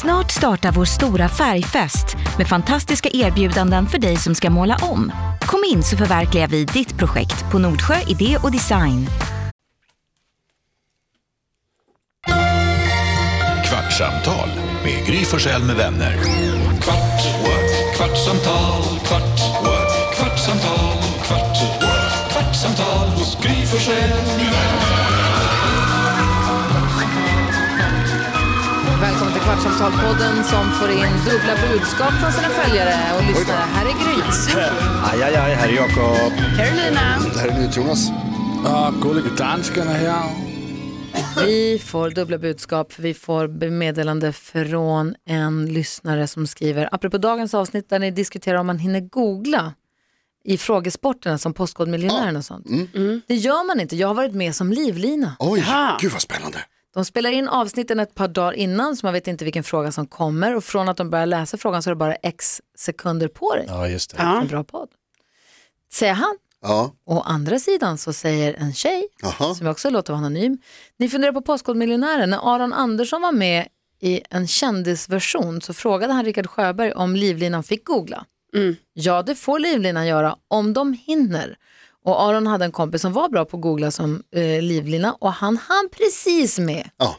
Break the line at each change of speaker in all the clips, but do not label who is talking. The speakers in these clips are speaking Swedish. Snart startar vår stora färgfest med fantastiska erbjudanden för dig som ska måla om. Kom in så förverkligar vi ditt projekt på Nordsjö Idé och Design.
Kvartsamtal med Gry Forssell med vänner. Kvart, what? kvartsamtal, kvart, what? kvartsamtal, kvart, what? kvartsamtal hos Gry Forssell med vänner.
Välkommen till Kvartsamtalpodden som får in dubbla budskap från sina följare och lyssnare. Här är Gry.
Aj, aj, aj, här är Jakob.
Carolina.
Det här är NyhetsJonas.
Ja, gullige danskarna här.
Vi får dubbla budskap. Vi får meddelande från en lyssnare som skriver, apropå dagens avsnitt där ni diskuterar om man hinner googla i frågesporterna som Postkodmiljonären och sånt. Det gör man inte. Jag har varit med som livlina.
Oj, gud vad spännande.
De spelar in avsnitten ett par dagar innan så man vet inte vilken fråga som kommer och från att de börjar läsa frågan så är det bara x sekunder på dig.
Ja, just det.
En bra podd. Säger han.
Ja,
Å andra sidan så säger en tjej,
Jaha.
som jag också låter vara anonym, ni funderar på Postkodmiljonären, när Aron Andersson var med i en kändisversion så frågade han Rickard Sjöberg om livlinan fick googla. Ja, det får livlinan göra om de hinner. Och Aron hade en kompis som var bra på att googla som eh, livlina och han hann precis med.
ja.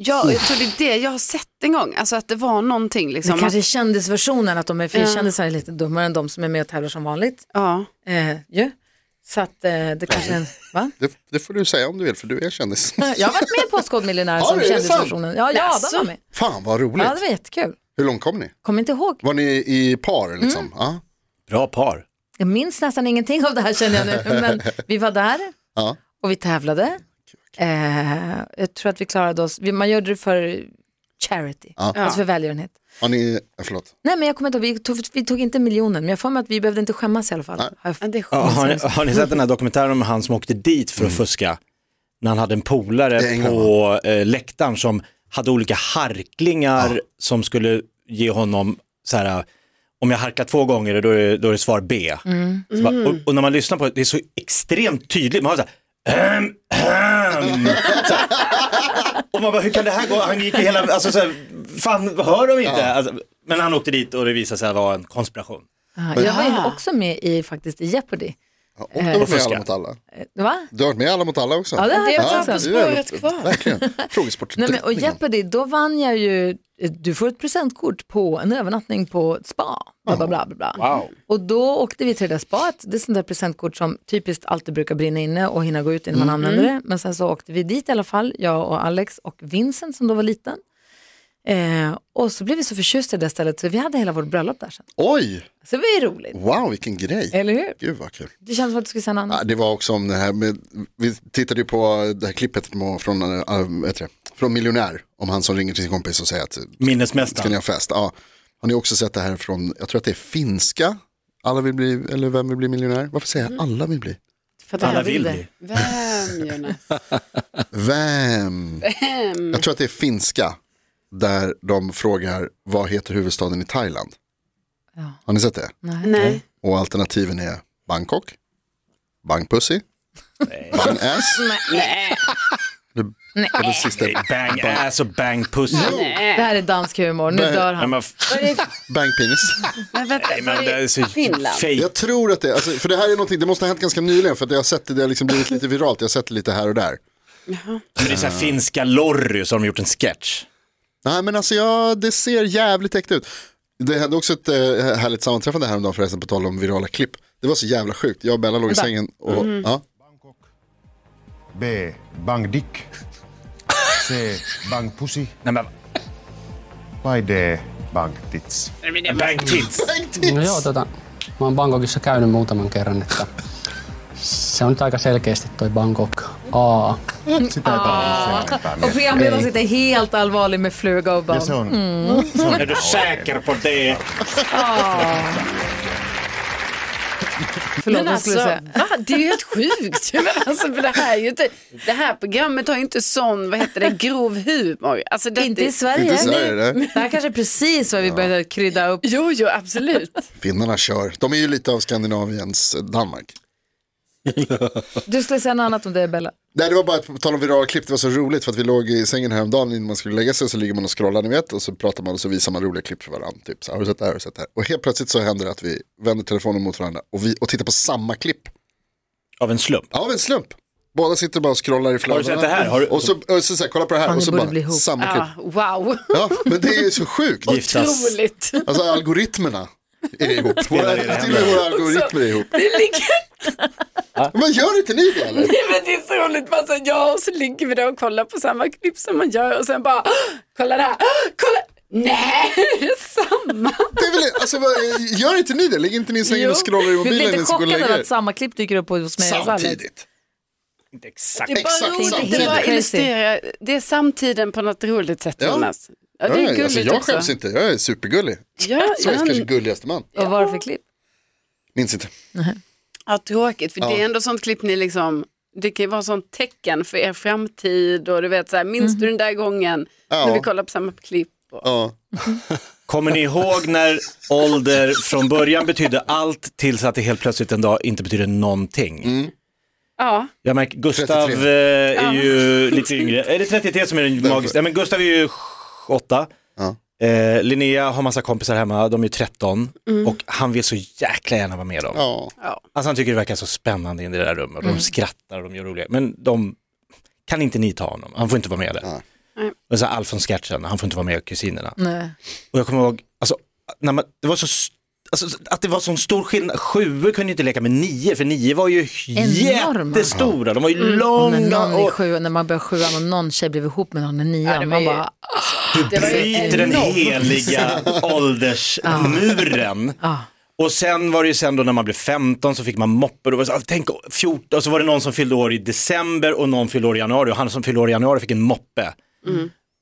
Ja, och jag tror det är det jag har sett en gång. Alltså att det var någonting
Det
liksom.
kanske
att,
är kändisversionen, att de är, för kändisar är lite dummare än de som är med och tävlar som vanligt.
ja.
Eh, ju. Så att eh, det kanske är en... Va?
Det, det får du säga om du vill för du är kändis.
Jag har varit med i Postkodmiljonären
Har
som
du? Är det
kändisversionen. Ja, ja, de
Jaså?
var med.
Fan vad roligt.
Ja, det var Mm. jättekul.
Hur långt kom ni?
Kommer inte ihåg.
Var ni i par liksom? Ja.
Bra par.
Jag minns nästan ingenting av det här känner jag nu. Men vi var där
Ja.
och vi tävlade. Eh, jag tror att vi klarade oss. Vi- Man gjorde det för charity, alltså för välgörenhet.
Har ni, ja, förlåt.
Nej men jag kommer inte ihåg, vi tog, vi tog inte miljonen, men jag får mig att vi behövde inte skämmas i alla fall. Har jag-
Ja, det är sjukt.
Ja, har, ni, har ni sett den här dokumentären om han som åkte dit för att fuska? När han hade en
Mm. Det är
polare
England,
på eh, läktaren som hade olika harklingar som skulle ge honom så här, om jag harklar två gånger då är det, då är det svar B. Så bara, och, och när man lyssnar på det, det är så extremt tydligt, man har så här, "Ahem, ahem." Så här. Och man bara, hur kan det här gå? Han gick i hela, alltså så här, fan hör de inte? Alltså, men han åkte dit och det visade sig vara en konspiration.
Ja, jag var ju också med i faktiskt i Jeopardy.
Ja, och du har varit med i
fuska.
Alla mot alla.
Va?
Du har varit med i Alla mot alla också.
Eh, Ja, det har jag
Ja,
också.
du är kvar. Verkligen.
Nej, men, och
Frågesportdrottningen.
Jeopardy, då vann jag ju, eh, du får ett presentkort på en övernattning på ett spa. Bla, bla, bla, bla, bla. Och då åkte vi till det där spaet, det är sånt där presentkort som typiskt alltid brukar brinna inne och hinna gå ut innan
Mm.
man använder det. Men sen så åkte vi dit i alla fall, jag och Alex och Vincent som då var liten. Eh, och så blev vi så förtjusta i det stället så vi hade hela vårt bröllop där sen.
Oj,
Så det var ju roligt,
wow vilken grej.
eller hur?
Gud vad kul.
Det känns som att du skulle säga något annat.
Ja, det var också om det här med, vi tittade ju på det här klippet med- från, äh, vad heter det? från Miljonär, om han som ringer till sin kompis och säger att Ska
Minnesmästaren.
ni ha fest? Ja. Har ni också sett det här från, jag tror att det är finska, alla vill bli, eller vem vill bli miljonär? Varför säger jag alla vill bli?
För att
Alla
jag
vill
det.
bli.
Vem, Jonas?
Vem? Jag tror att det är finska, där de frågar vad heter huvudstaden i Thailand? Har ni sett det?
Nej.
Och alternativen är Bangkok, Bangpussy, Bangass.
Nej.
Och det sista är
Bang ass och bang pussy.
Det här är dansk humor, nu dör
Nej,
han.
men, f-
Bangpenis.
Men vänta,
nej, men det är så
Finland.
fake.
Jag tror att det, alltså, för det här är någonting, det måste ha hänt ganska nyligen för att jag har sett det, det har liksom blivit lite viralt, jag har sett det lite här och där.
Men det är så här finska Lorry som har gjort en sketch.
Nej men alltså ja, det ser jävligt äkta ut. Det hände också ett eh, härligt sammanträffande häromdagen förresten på tal om virala klipp. Det var så jävla sjukt, jag och Bella låg i sängen och
Mm.
ja,
B. Bang Dick. C. Bang Pussy.
Nej, men,
Vai D. Bang Tits.
bang tits.
No Joo, tota, mä oon Bangkokissa käynyt muutaman kerran, että se on nyt aika selkeästi toi Bangkok A.
Sitä ei tarvitse sen enempää
Och
miettiä.
programledaren sitter helt allvarlig med fluga och bara,
Ja se on,
Är du säker på det?
förlåt
Men
vad skulle
alltså,
du säga?
va? Det är ju helt sjukt. Men alltså, för det, här är ju inte, det här programmet har ju inte sån, vad heter det, grov humor. Alltså, det,
Inte i Sverige.
inte i Sverige. det.
Det här kanske är precis vad vi började krydda upp.
Jo, jo, absolut.
Finnarna kör, de är ju lite av Skandinaviens eh, Danmark.
Du skulle säga något annat om det, Bella.
Nej, det var bara att på tal om virala klipp, det var så roligt för att vi låg i sängen häromdagen innan man skulle lägga sig så ligger man och scrollar, ni vet, och så pratar man och så visar man roliga klipp för varandra. Typ så här, har du sett det här, har du sett det här? Och helt plötsligt så händer det att vi vänder telefonen mot varandra och, vi, och tittar på samma klipp.
Av en slump.
Av en slump. Båda sitter bara och scrollar i flödena.
Har du sett det här? Har du-
Och så, och så, så här, kolla på det här
Fan,
och
ni
så
borde
bara
bli ihop.
samma klipp.
Ja, wow,
Ja, men det är ju så sjukt.
Giftas.
roligt.
Alltså algoritmerna är ihop.
Spelar i det
Våra, till och med våra algoritmer är ihop.
Det ligger,
Men gör inte ni det eller?
nej, men det är så roligt. Man säger ja och så ligger vi där och kollar på samma klipp som man gör och sen bara, "Åh, kolla det här, Åh, kolla, nej, det är samma.
Det är väl, alltså, vad- gör inte ni det? Ligger inte ni i sängen och scrollar i
Du blir
mobilen
lite
innan ni går och
chockad
lägger
över
er?
att samma klipp dyker upp hos mig. och Alex.
Samtidigt.
Inte exakt.
Det är bara
Exakt
roligt,
samtidigt.
det bara
Crazy.
illustrerar, det är samtiden på något roligt sätt
Ja.
Jonas. Ja, det är gulligt
alltså, jag
också.
skäms inte, jag är supergullig.
Ja,
Sveriges kanske
ja,
gulligaste man.
Och vad var det för klipp?
Minns inte.
ja, tråkigt, för det är ändå sånt klipp ni liksom, det kan ju vara sånt tecken för er framtid och du vet så här, minns du den där gången
Ja.
när vi kollar på samma klipp? Och...
Ja.
Kommer ni ihåg när ålder från början betydde allt tills att det helt plötsligt en dag inte betyder någonting?
Ja,
Jag märker, Gustav
33.
eh, är ju lite yngre, är det 33 som är den magiska? Nej men Gustav är ju 8.
Ja.
Eh, Linnea har massa kompisar hemma, de är ju 13 och han vill så jäkla gärna vara med dem.
Ja.
Alltså han tycker det verkar så spännande in i det där rummet och de skrattar och de gör roliga, men de kan inte ni ta honom, han får inte vara med där.
Nej.
Nej.
Och så Alfons-sketchen, han får inte vara med kusinerna.
Nej.
Och jag kommer ihåg, alltså, när man, det var så, st- alltså, att det var sån stor skillnad. Sjuor kunde ju inte leka med nio, för nio var ju
Enorma.
jättestora. De var ju
Och när
långa
någon är
och
sju, när man börjar sjuan och någon tjej blev ihop med någon i
Ja,
nian,
det var
man
ju-
bara,
du
det var ju
bryter den
enormt.
heliga åldersmuren.
ah,
Och sen var det ju sen då när man blev 15 så fick man moppe. Då var det så, ah, tänk 14, och så var det någon som fyllde år i december och någon fyllde år i januari och han som fyllde år i januari fick en moppe.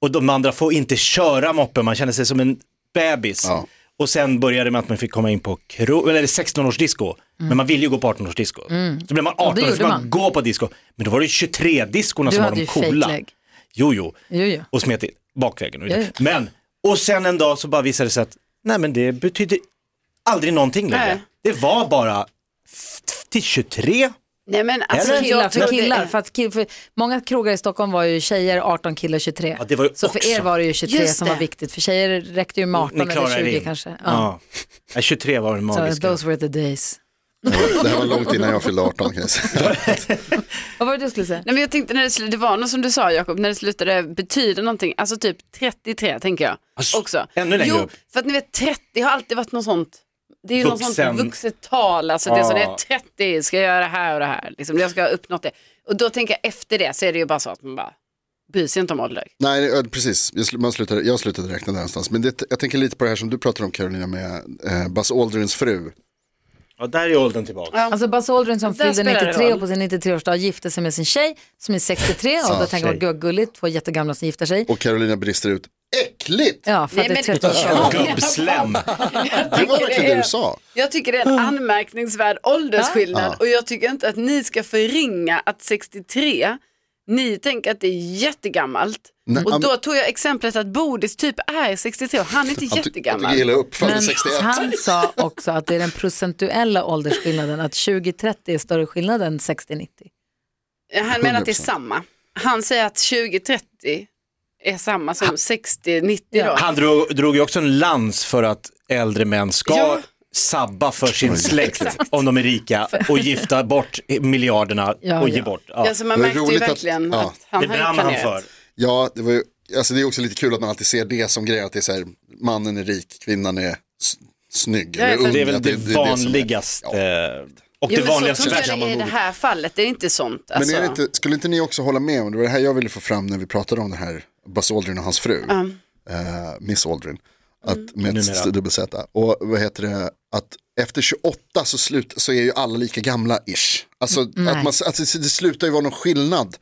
Och de andra får inte köra moppe, man känner sig som en bebis.
Ja.
Och sen började det med att man fick komma in på kro- eller 16-årsdisco, men man ville ju gå på 18-årsdisco. Så blev man 18
det
då
gjorde
fick man,
man.
gå på disco, men då var det 23-discorna
du
som var
hade
de
ju
coola.
fejklägg.
Jo, jo
Jo, jo.
och smet i bakvägen. Och
Ja, ja.
Men, och sen en dag så bara visade det sig att nej men det betyder aldrig någonting längre.
Nej.
Det var bara f- till 23.
nej men alltså
Eller?
Killar
jag
för
tror
killar,
killar.
för att kill, för många krogar i Stockholm var ju tjejer 18, killar 23.
Ja, det var ju
så för
också-
er var det ju 23
Just
som var
det.
viktigt, för tjejer räckte ju med 18 eller 20
in.
kanske. Ja.
Ja. Nej, 23 var den
Så
magiska.
those were the days.
Det här var långt innan jag fyllde 18 kan jag säga.
Vad var det du skulle säga?
Nej, men jag tänkte när det, slu- det var något som du sa Jakob, när det slutade betyda någonting, alltså typ 33 tänker jag
Alltså,
också.
ännu längre
jo,
upp.
för att ni vet 30 har alltid varit något sånt, det är ju något
Vuxen.
sånt vuxet tal, alltså det är så när jag
Ja.
är 30 ska jag göra det här och det här, liksom, jag ska ha uppnått det. Och då tänker jag efter det så är det ju bara så att man bara bryr sig inte om ålder.
Nej, det- ja, precis. Jag, sl- man slutade, jag slutade räkna där någonstans. Men det, jag tänker lite på det här som du pratade om Carolina med eh, Buzz Aldrins fru.
Ja, där är åldern tillbaka.
Alltså Buzz Aldrin som
Där
fyllde
spelar det
93
roll.
och på sin 93-årsdag gifte sig med sin tjej som är 63 och då
Ja,
tänker man,
tjej.
gud vad gulligt, två jättegamla som gifter sig.
Och Carolina brister ut, äckligt!
Ja, för att
Nej,
det är
men-
13 år.
Gubbslem.
Det var verkligen det du sa.
Jag tycker det är
Ah.
en anmärkningsvärd åldersskillnad och jag tycker inte att ni ska förringa att 63, ni tänker att det är jättegammalt. och då tog jag exemplet att Bodis typ är 63 och han är inte
Han ty- Han
jättegammal.
tycker illa upp, fan det är
Men
61.
han sa också att det är den procentuella åldersskillnaden, att 20-30 är större skillnad än 60-90.
Han menar att det är samma. Han säger att 2030 är samma som 60-90 då.
Han drog, drog ju också en lans för att äldre män ska
Ja.
sabba för sin släkt om de är rika och gifta bort miljarderna
Ja,
och ge
ja.
bort. Ja.
Alltså man
Det är
märkte ju
roligt att-
verkligen att,
ja.
han
Det
har ju
brann han
planerat.
för.
Ja, det, var ju, alltså det är också lite kul att man alltid ser det som grej, att det är så här, mannen är rik, kvinnan är s- snygg.
Ja,
eller
ja, för-
ung,
Det är väl
att
Mm. det,
som är-
vanligaste. eh,
Ja.
Och det
Jo, men så
vanligaste
tror jag det är i det här fallet, det är inte sånt.
Men
Alltså.
är det inte, skulle inte ni också hålla med om, det var det här jag ville få fram när vi pratade om det här, Buzz Aldrin och hans fru, eh, Miss Aldrin, att,
Mm.
med ett
Numera.
st- dubbel Z. Och vad heter det, att efter 28 så, slut, så är ju alla lika gamla ish. Alltså, att man, alltså det det slutar ju vara någon skillnad.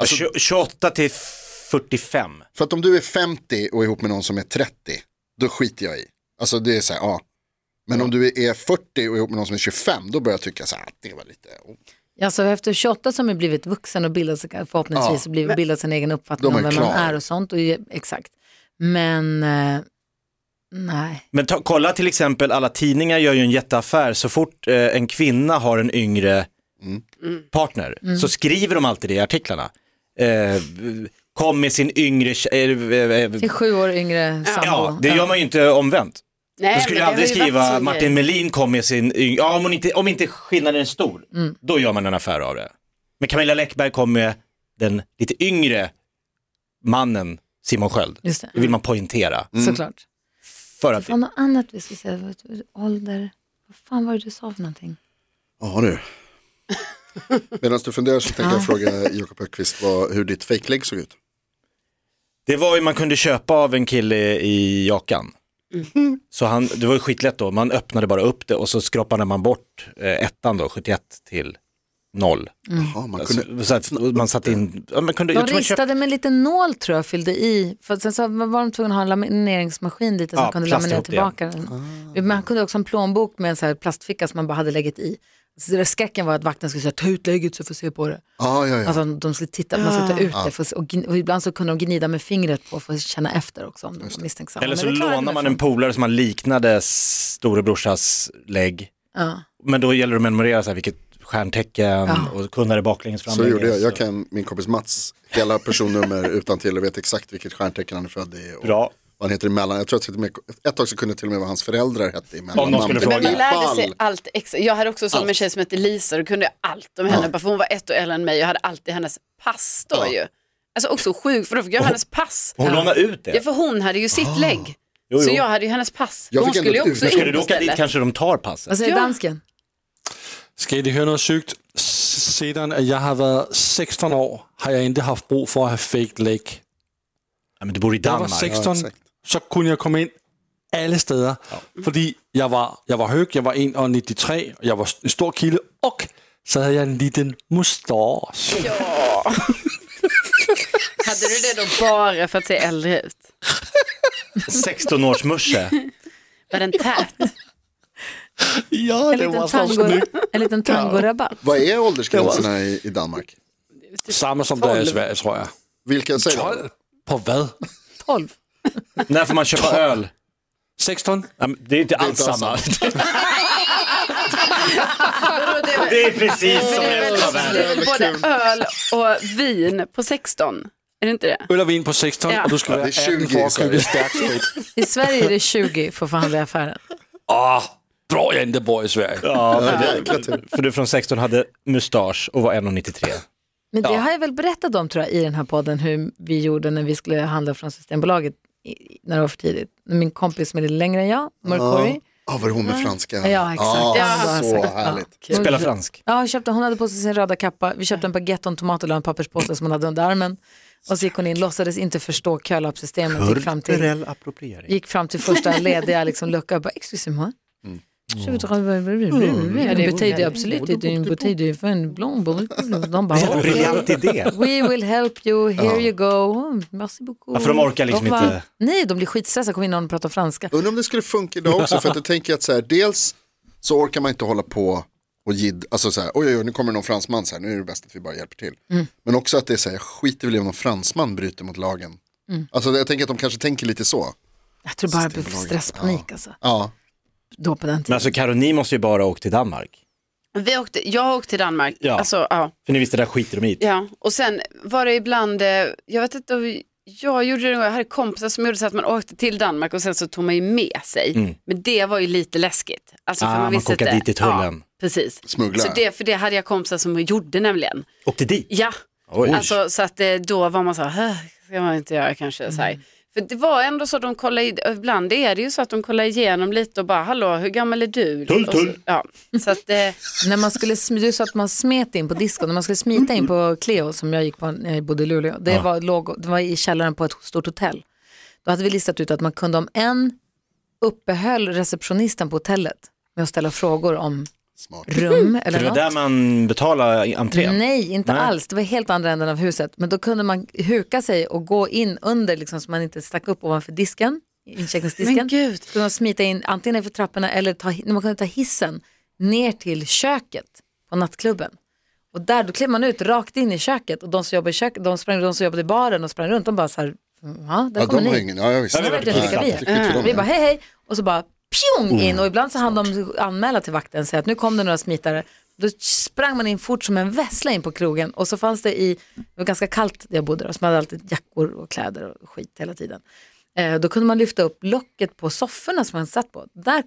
Alltså-
Tjo- 28 till 45.
För att om du är 50 och är ihop med någon som är 30, då skiter jag i. Alltså det är så här, ja. Men om du är 40 och är ihop med någon som är 25, då börjar jag tycka så här, att det var lite,
Ja, så efter 28 som har blivit vuxen och bildat, sig- förhoppningsvis
Ja,
blivit, bildat sin egen uppfattning
de är
om vem man
klara.
är och sånt. Och, ju- exakt. Men eh, nej.
Men ta, kolla till exempel, alla tidningar gör ju en jätteaffär så fort eh, en kvinna har en yngre partner
Mm.
så skriver de alltid det i artiklarna. Eh, kom med sin yngre tje- eh, eh, eh,
Till sju år yngre sambo.
Ja, det gör man ju inte omvänt.
Nej,
Då
men
skulle
det
jag aldrig
har ju varit
skriva
sån
Martin
grej.
Melin kom med sin yngre, ja om hon inte, om inte skillnaden är stor,
Mm.
då gör man en affär av det. Men Camilla Läckberg kom med den lite yngre mannen Simon Sköld.
Just det.
Det vill man poängtera.
Mm.
Såklart.
För att
Det
Mm.
var något annat vi skulle säga, Vad- vad- ålder, vad fan var det du sa för någonting?
Ja du. Medan du funderar så tänker jag fråga Jakob Högqvist vad, hur ditt fejklägg såg ut.
Det var ju man kunde köpa av en kille i Jakan.
Mm.
Så han, det var ju skitlätt då, man öppnade bara upp det och så skrapade man bort eh, ettan då, 71 till 0.
Mm.
Jaha, man
Så,
kunde,
så att man satte in, ja, man kunde,
De
jag tror man köpte,
ristade med en liten nål tror jag fyllde i, för att sen så var de tvungna att ha en lamineringsmaskin lite som
Ja, Ah.
kunde
plasta
laminera
ihop det igen.
tillbaka den. Men han kunde också ha en plånbok med en så här plastficka som man bara hade lägget i. Så det där skräcken var att vakten skulle säga ta ut lägget så får jag se på det.
ja, ja, ja.
Alltså de skulle titta, man skulle ta ut det för, att se- och, gn- och ibland så kunde de gnida med fingret på för att känna efter också om de var misstänksamma.
eller
Men
så
det klarade
lånade
de
man
ifrån.
en polare som man liknade storebrorsas lägg.
Ja.
Men då gäller det att memorera så här, vilket stjärntecken och kunna det baklänges
Så
framlänges.
gjorde jag. Jag kan min kompis Mats hela personnummer utan till och vet exakt vilket stjärntecken han är född i. Och
Bra.
Vad han heter emellan. Jag tror att till och med, ett tag så kunde jag till och med vad hans föräldrar hette i mellannamn.
Om någon skulle
Men man
fråga.
lärde sig
Fall.
allt extra. Jag hade också som en tjej som hette Lisa, då kunde jag allt om henne. Bara för hon var ett år äldre än mig. Jag hade alltid hennes pass då ju. Alltså också sjukt, för då fick jag hennes pass.
Hon lånade ut det.
Ja, för hon hade ju sitt lägg.
Jo,
Så
jo.
jag hade ju hennes pass.
Jag
hon
fick ändå
skulle ju
ett
också
ursäkt.
Skulle
in
du
på
åka dit
stället.
kanske de tar passet.
Vad säger
Ja.
dansken?
Skal I høre noget sygt? Siden at jeg har været 16 år, har jeg ikke haft brug for at have fake leg.
Ja, men du bor i
Da jeg var
Danmark.
16,
exakt.
så kunne jeg komme ind alle steder, fordi jeg var, jeg var høg, jeg var 1,93, og jeg var en stor kilde, og så havde jeg en liten mustache.
Hade du det då bara för att se äldre ut?
16-årsmorse.
Var den tät?
Ja,
En liten, tango, en liten tangorabatt.
Vad är åldersgränserna i, i Danmark?
Samme som der er i Sverige, tror jeg.
Vilka säger
12? På hvad?
12.
När får man köpa öl?
16?
Ja, men det är inte alls
inte alls
samma.
Vadå, det är-
Det är precis
Men
som
det är
resten av
väl- det
världen.
är väl både öl og vin på 16? Är det inte det?
Øl og vin på 16,
Ja.
og du skal
Ja,
være
det er
18
20
for
i
at købe
Sverige.
et stærkt skridt.
I Sverige är det 20 för att förhandla i affären.
Åh, bror, jeg endte bor i Sverige.
Ja, för,
det?
du, för du från 16 hade mustasch och var 1,93.
Men det har jag väl berättat om tror jag i den här podden hur vi gjorde när vi skulle handla från Systembolaget i- i- när det var för tidigt. Min kompis som är lite längre än jag, Mörkori.
Ah, var det hon med franska?
Ja, exakt.
Ah,
Ja. alltså.
så
Ja.
härligt.
Hon-
Spela fransk.
Ja, hon, köpte, hon hade på sig sin röda kappa. Vi köpte en baguette och en tomat och la en papperspåse som hon hade under armen. Och så gick hon in, låtsades inte förstå kölappsystemet. Gick fram till,
appropriering.
gick fram till första lediga liksom, lucka och bara, excuse moi.
Mm.
Mm. Det betyder absolut inte, det betyder för en blond. De bara,
En
okej.
briljant idé.
We will help you, here you go. Oh, Merci beaucoup.
Ja, för de orkar liksom
De bara-
inte.
Nej, de blir skitstressade, kommer in någon och pratar franska.
Undrar om det skulle funka idag också, för att jag tänker att så här, dels så orkar man inte hålla på och gidd, alltså så här, oj, oj, oj, nu kommer det någon fransman så här, nu är det bäst att vi bara hjälper till.
Mm.
Men också att det är så här, jag skiter väl i om någon fransman bryter mot lagen.
Mm.
Alltså jag tänker att de kanske tänker lite så.
Jag tror bara det blir stresspanik alltså.
Ja,
Då på den
Men
tiden.
alltså Karo, ni måste ju bara åka till Danmark.
Vi åkte, jag åkte till Danmark.
Ja.
Alltså, ja.
För ni visste, där skiter de i.
Ja, och sen var det ibland, eh, jag vet inte om vi- jag gjorde det, nog, jag hade kompisar som gjorde så att man åkte till Danmark och sen så tog man ju med sig. Men det var ju lite läskigt. Alltså,
Mm. Ah,
för man
man
visste
kokar
inte.
dit till tullen.
Ja, precis.
Smugglare.
Så det, för det hade jag kompisar som gjorde nämligen.
Åkte dit?
Ja,
Oj.
alltså, så att eh, då var man så här, "Hö, ska man inte göra kanske. Så här. För det var ändå så att de kollade, i- ibland är det ju så att de kollar igenom lite och bara, hallå, hur gammal är du?
Tull,
Och så-
tull.
Ja, så att, eh,
När man skulle, sm- du sa att man smet in på disco, när man skulle smita in på Cleo som jag gick på när jag bodde i Luleå, det, var, låg, det var i källaren på ett stort hotell. Då hade vi listat ut att man kunde om en uppehöll receptionisten på hotellet med att ställa frågor om
smart.
rum eller
För det var
något.
där man betalade i entrén?
Nej, inte
Nej.
alls. Det var helt andra änden av huset. Men då kunde man huka sig och gå in under liksom, så man inte stack upp ovanför disken, incheckningsdisken.
Men gud.
Så kunde man smita in antingen för trapporna eller ta, när man kunde ta hissen ner till köket på nattklubben. Och där då klev man ut rakt in i köket och de som jobbade i köket, de, sprang, de som jobbade i baren och sprang runt, de bara så här, "Mm, ja, där
Ja,
kommer
de har
ni.
ingen, ja, jag visste.
Ja, vi
Jag vet inte vilka vi
det skiter
är.
de
Vi
i.
bara
Mm.
hej hej och så bara pjong in och ibland så hann de anmäla till vakten och säga att nu kom det några smitare. Då sprang man in fort som en vessla in på krogen och så fanns det i, det var ganska kallt där jag bodde då, så man hade alltid jackor och kläder och skit hela tiden. Eh, då kunde man lyfta upp locket på sofforna som man satt på. Där,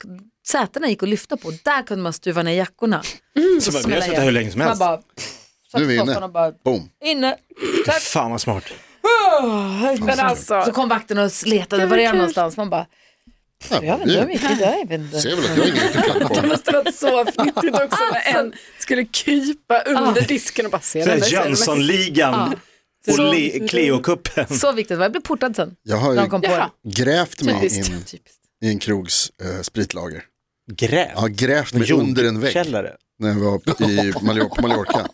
sätena gick att lyfta på, där kunde man stuva ner jackorna.
Så bara, vi har
smälla
suttit
igen.
här hur länge som
Man
helst.
bara, satt
Nu är vi
i
inne.
soffan och bara,
Boom.
inne.
Fan vad smart.
Men alltså,
Så kom vakten och sletade, var är jag någonstans? Man bara,
Ja,
jag vet inte, jag vet inte, jag vet inte.
ser väl att jag har ingen riktig platt på.
det måste varit så fnittrigt också när en skulle krypa under disken och bara se
Det
den. där,
är
se den där.
Jönssonligan och Le- Cleo-cupen.
Så viktigt var det. jag blev portad sen.
Jag har
De
ju
kom på
Jaha.
det.
grävt mig
Typiskt.
in
Typiskt.
i en krogs eh, spritlager.
Gräv.
Jag har grävt mig under en vägg
Källare.
när jag var i Mallor- på Mallorca.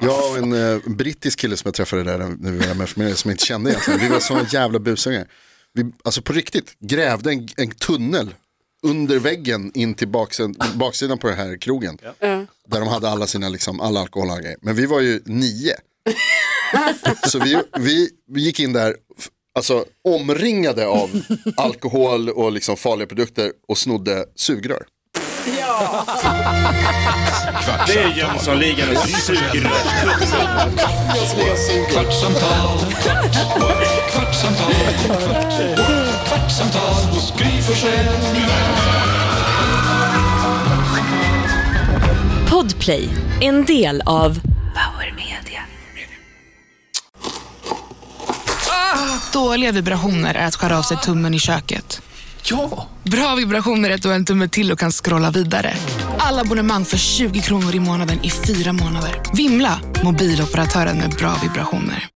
Jag och en eh, brittisk kille som jag träffade där när vi var MF-medlemmar som jag inte kände egentligen. Vi var såna jävla busungar. Vi, alltså på riktigt, grävde en, en tunnel under väggen in till baksidan, baksidan på den här krogen. Där de hade alla sina, liksom, alla alkoholhaltiga Men vi var ju nio. Så vi, vi, vi gick in där, f- alltså omringade av alkohol och liksom farliga produkter och snodde sugrör.
Det är Jönssonligan och suger.
Kvartsamtal, kvart, what? kvartsamtal, kvart, what? kvartsamtal hos Gry Forssell med vänner.
Podplay, en del av Power Media.
Dåliga vibrationer är att skära av sig tummen i köket.
Ja!
Bra vibrationer är att du har en tumme till och kan scrolla vidare. Alla abonnemang för 20 kronor i månaden i fyra månader. Vimla! Mobiloperatören med bra vibrationer.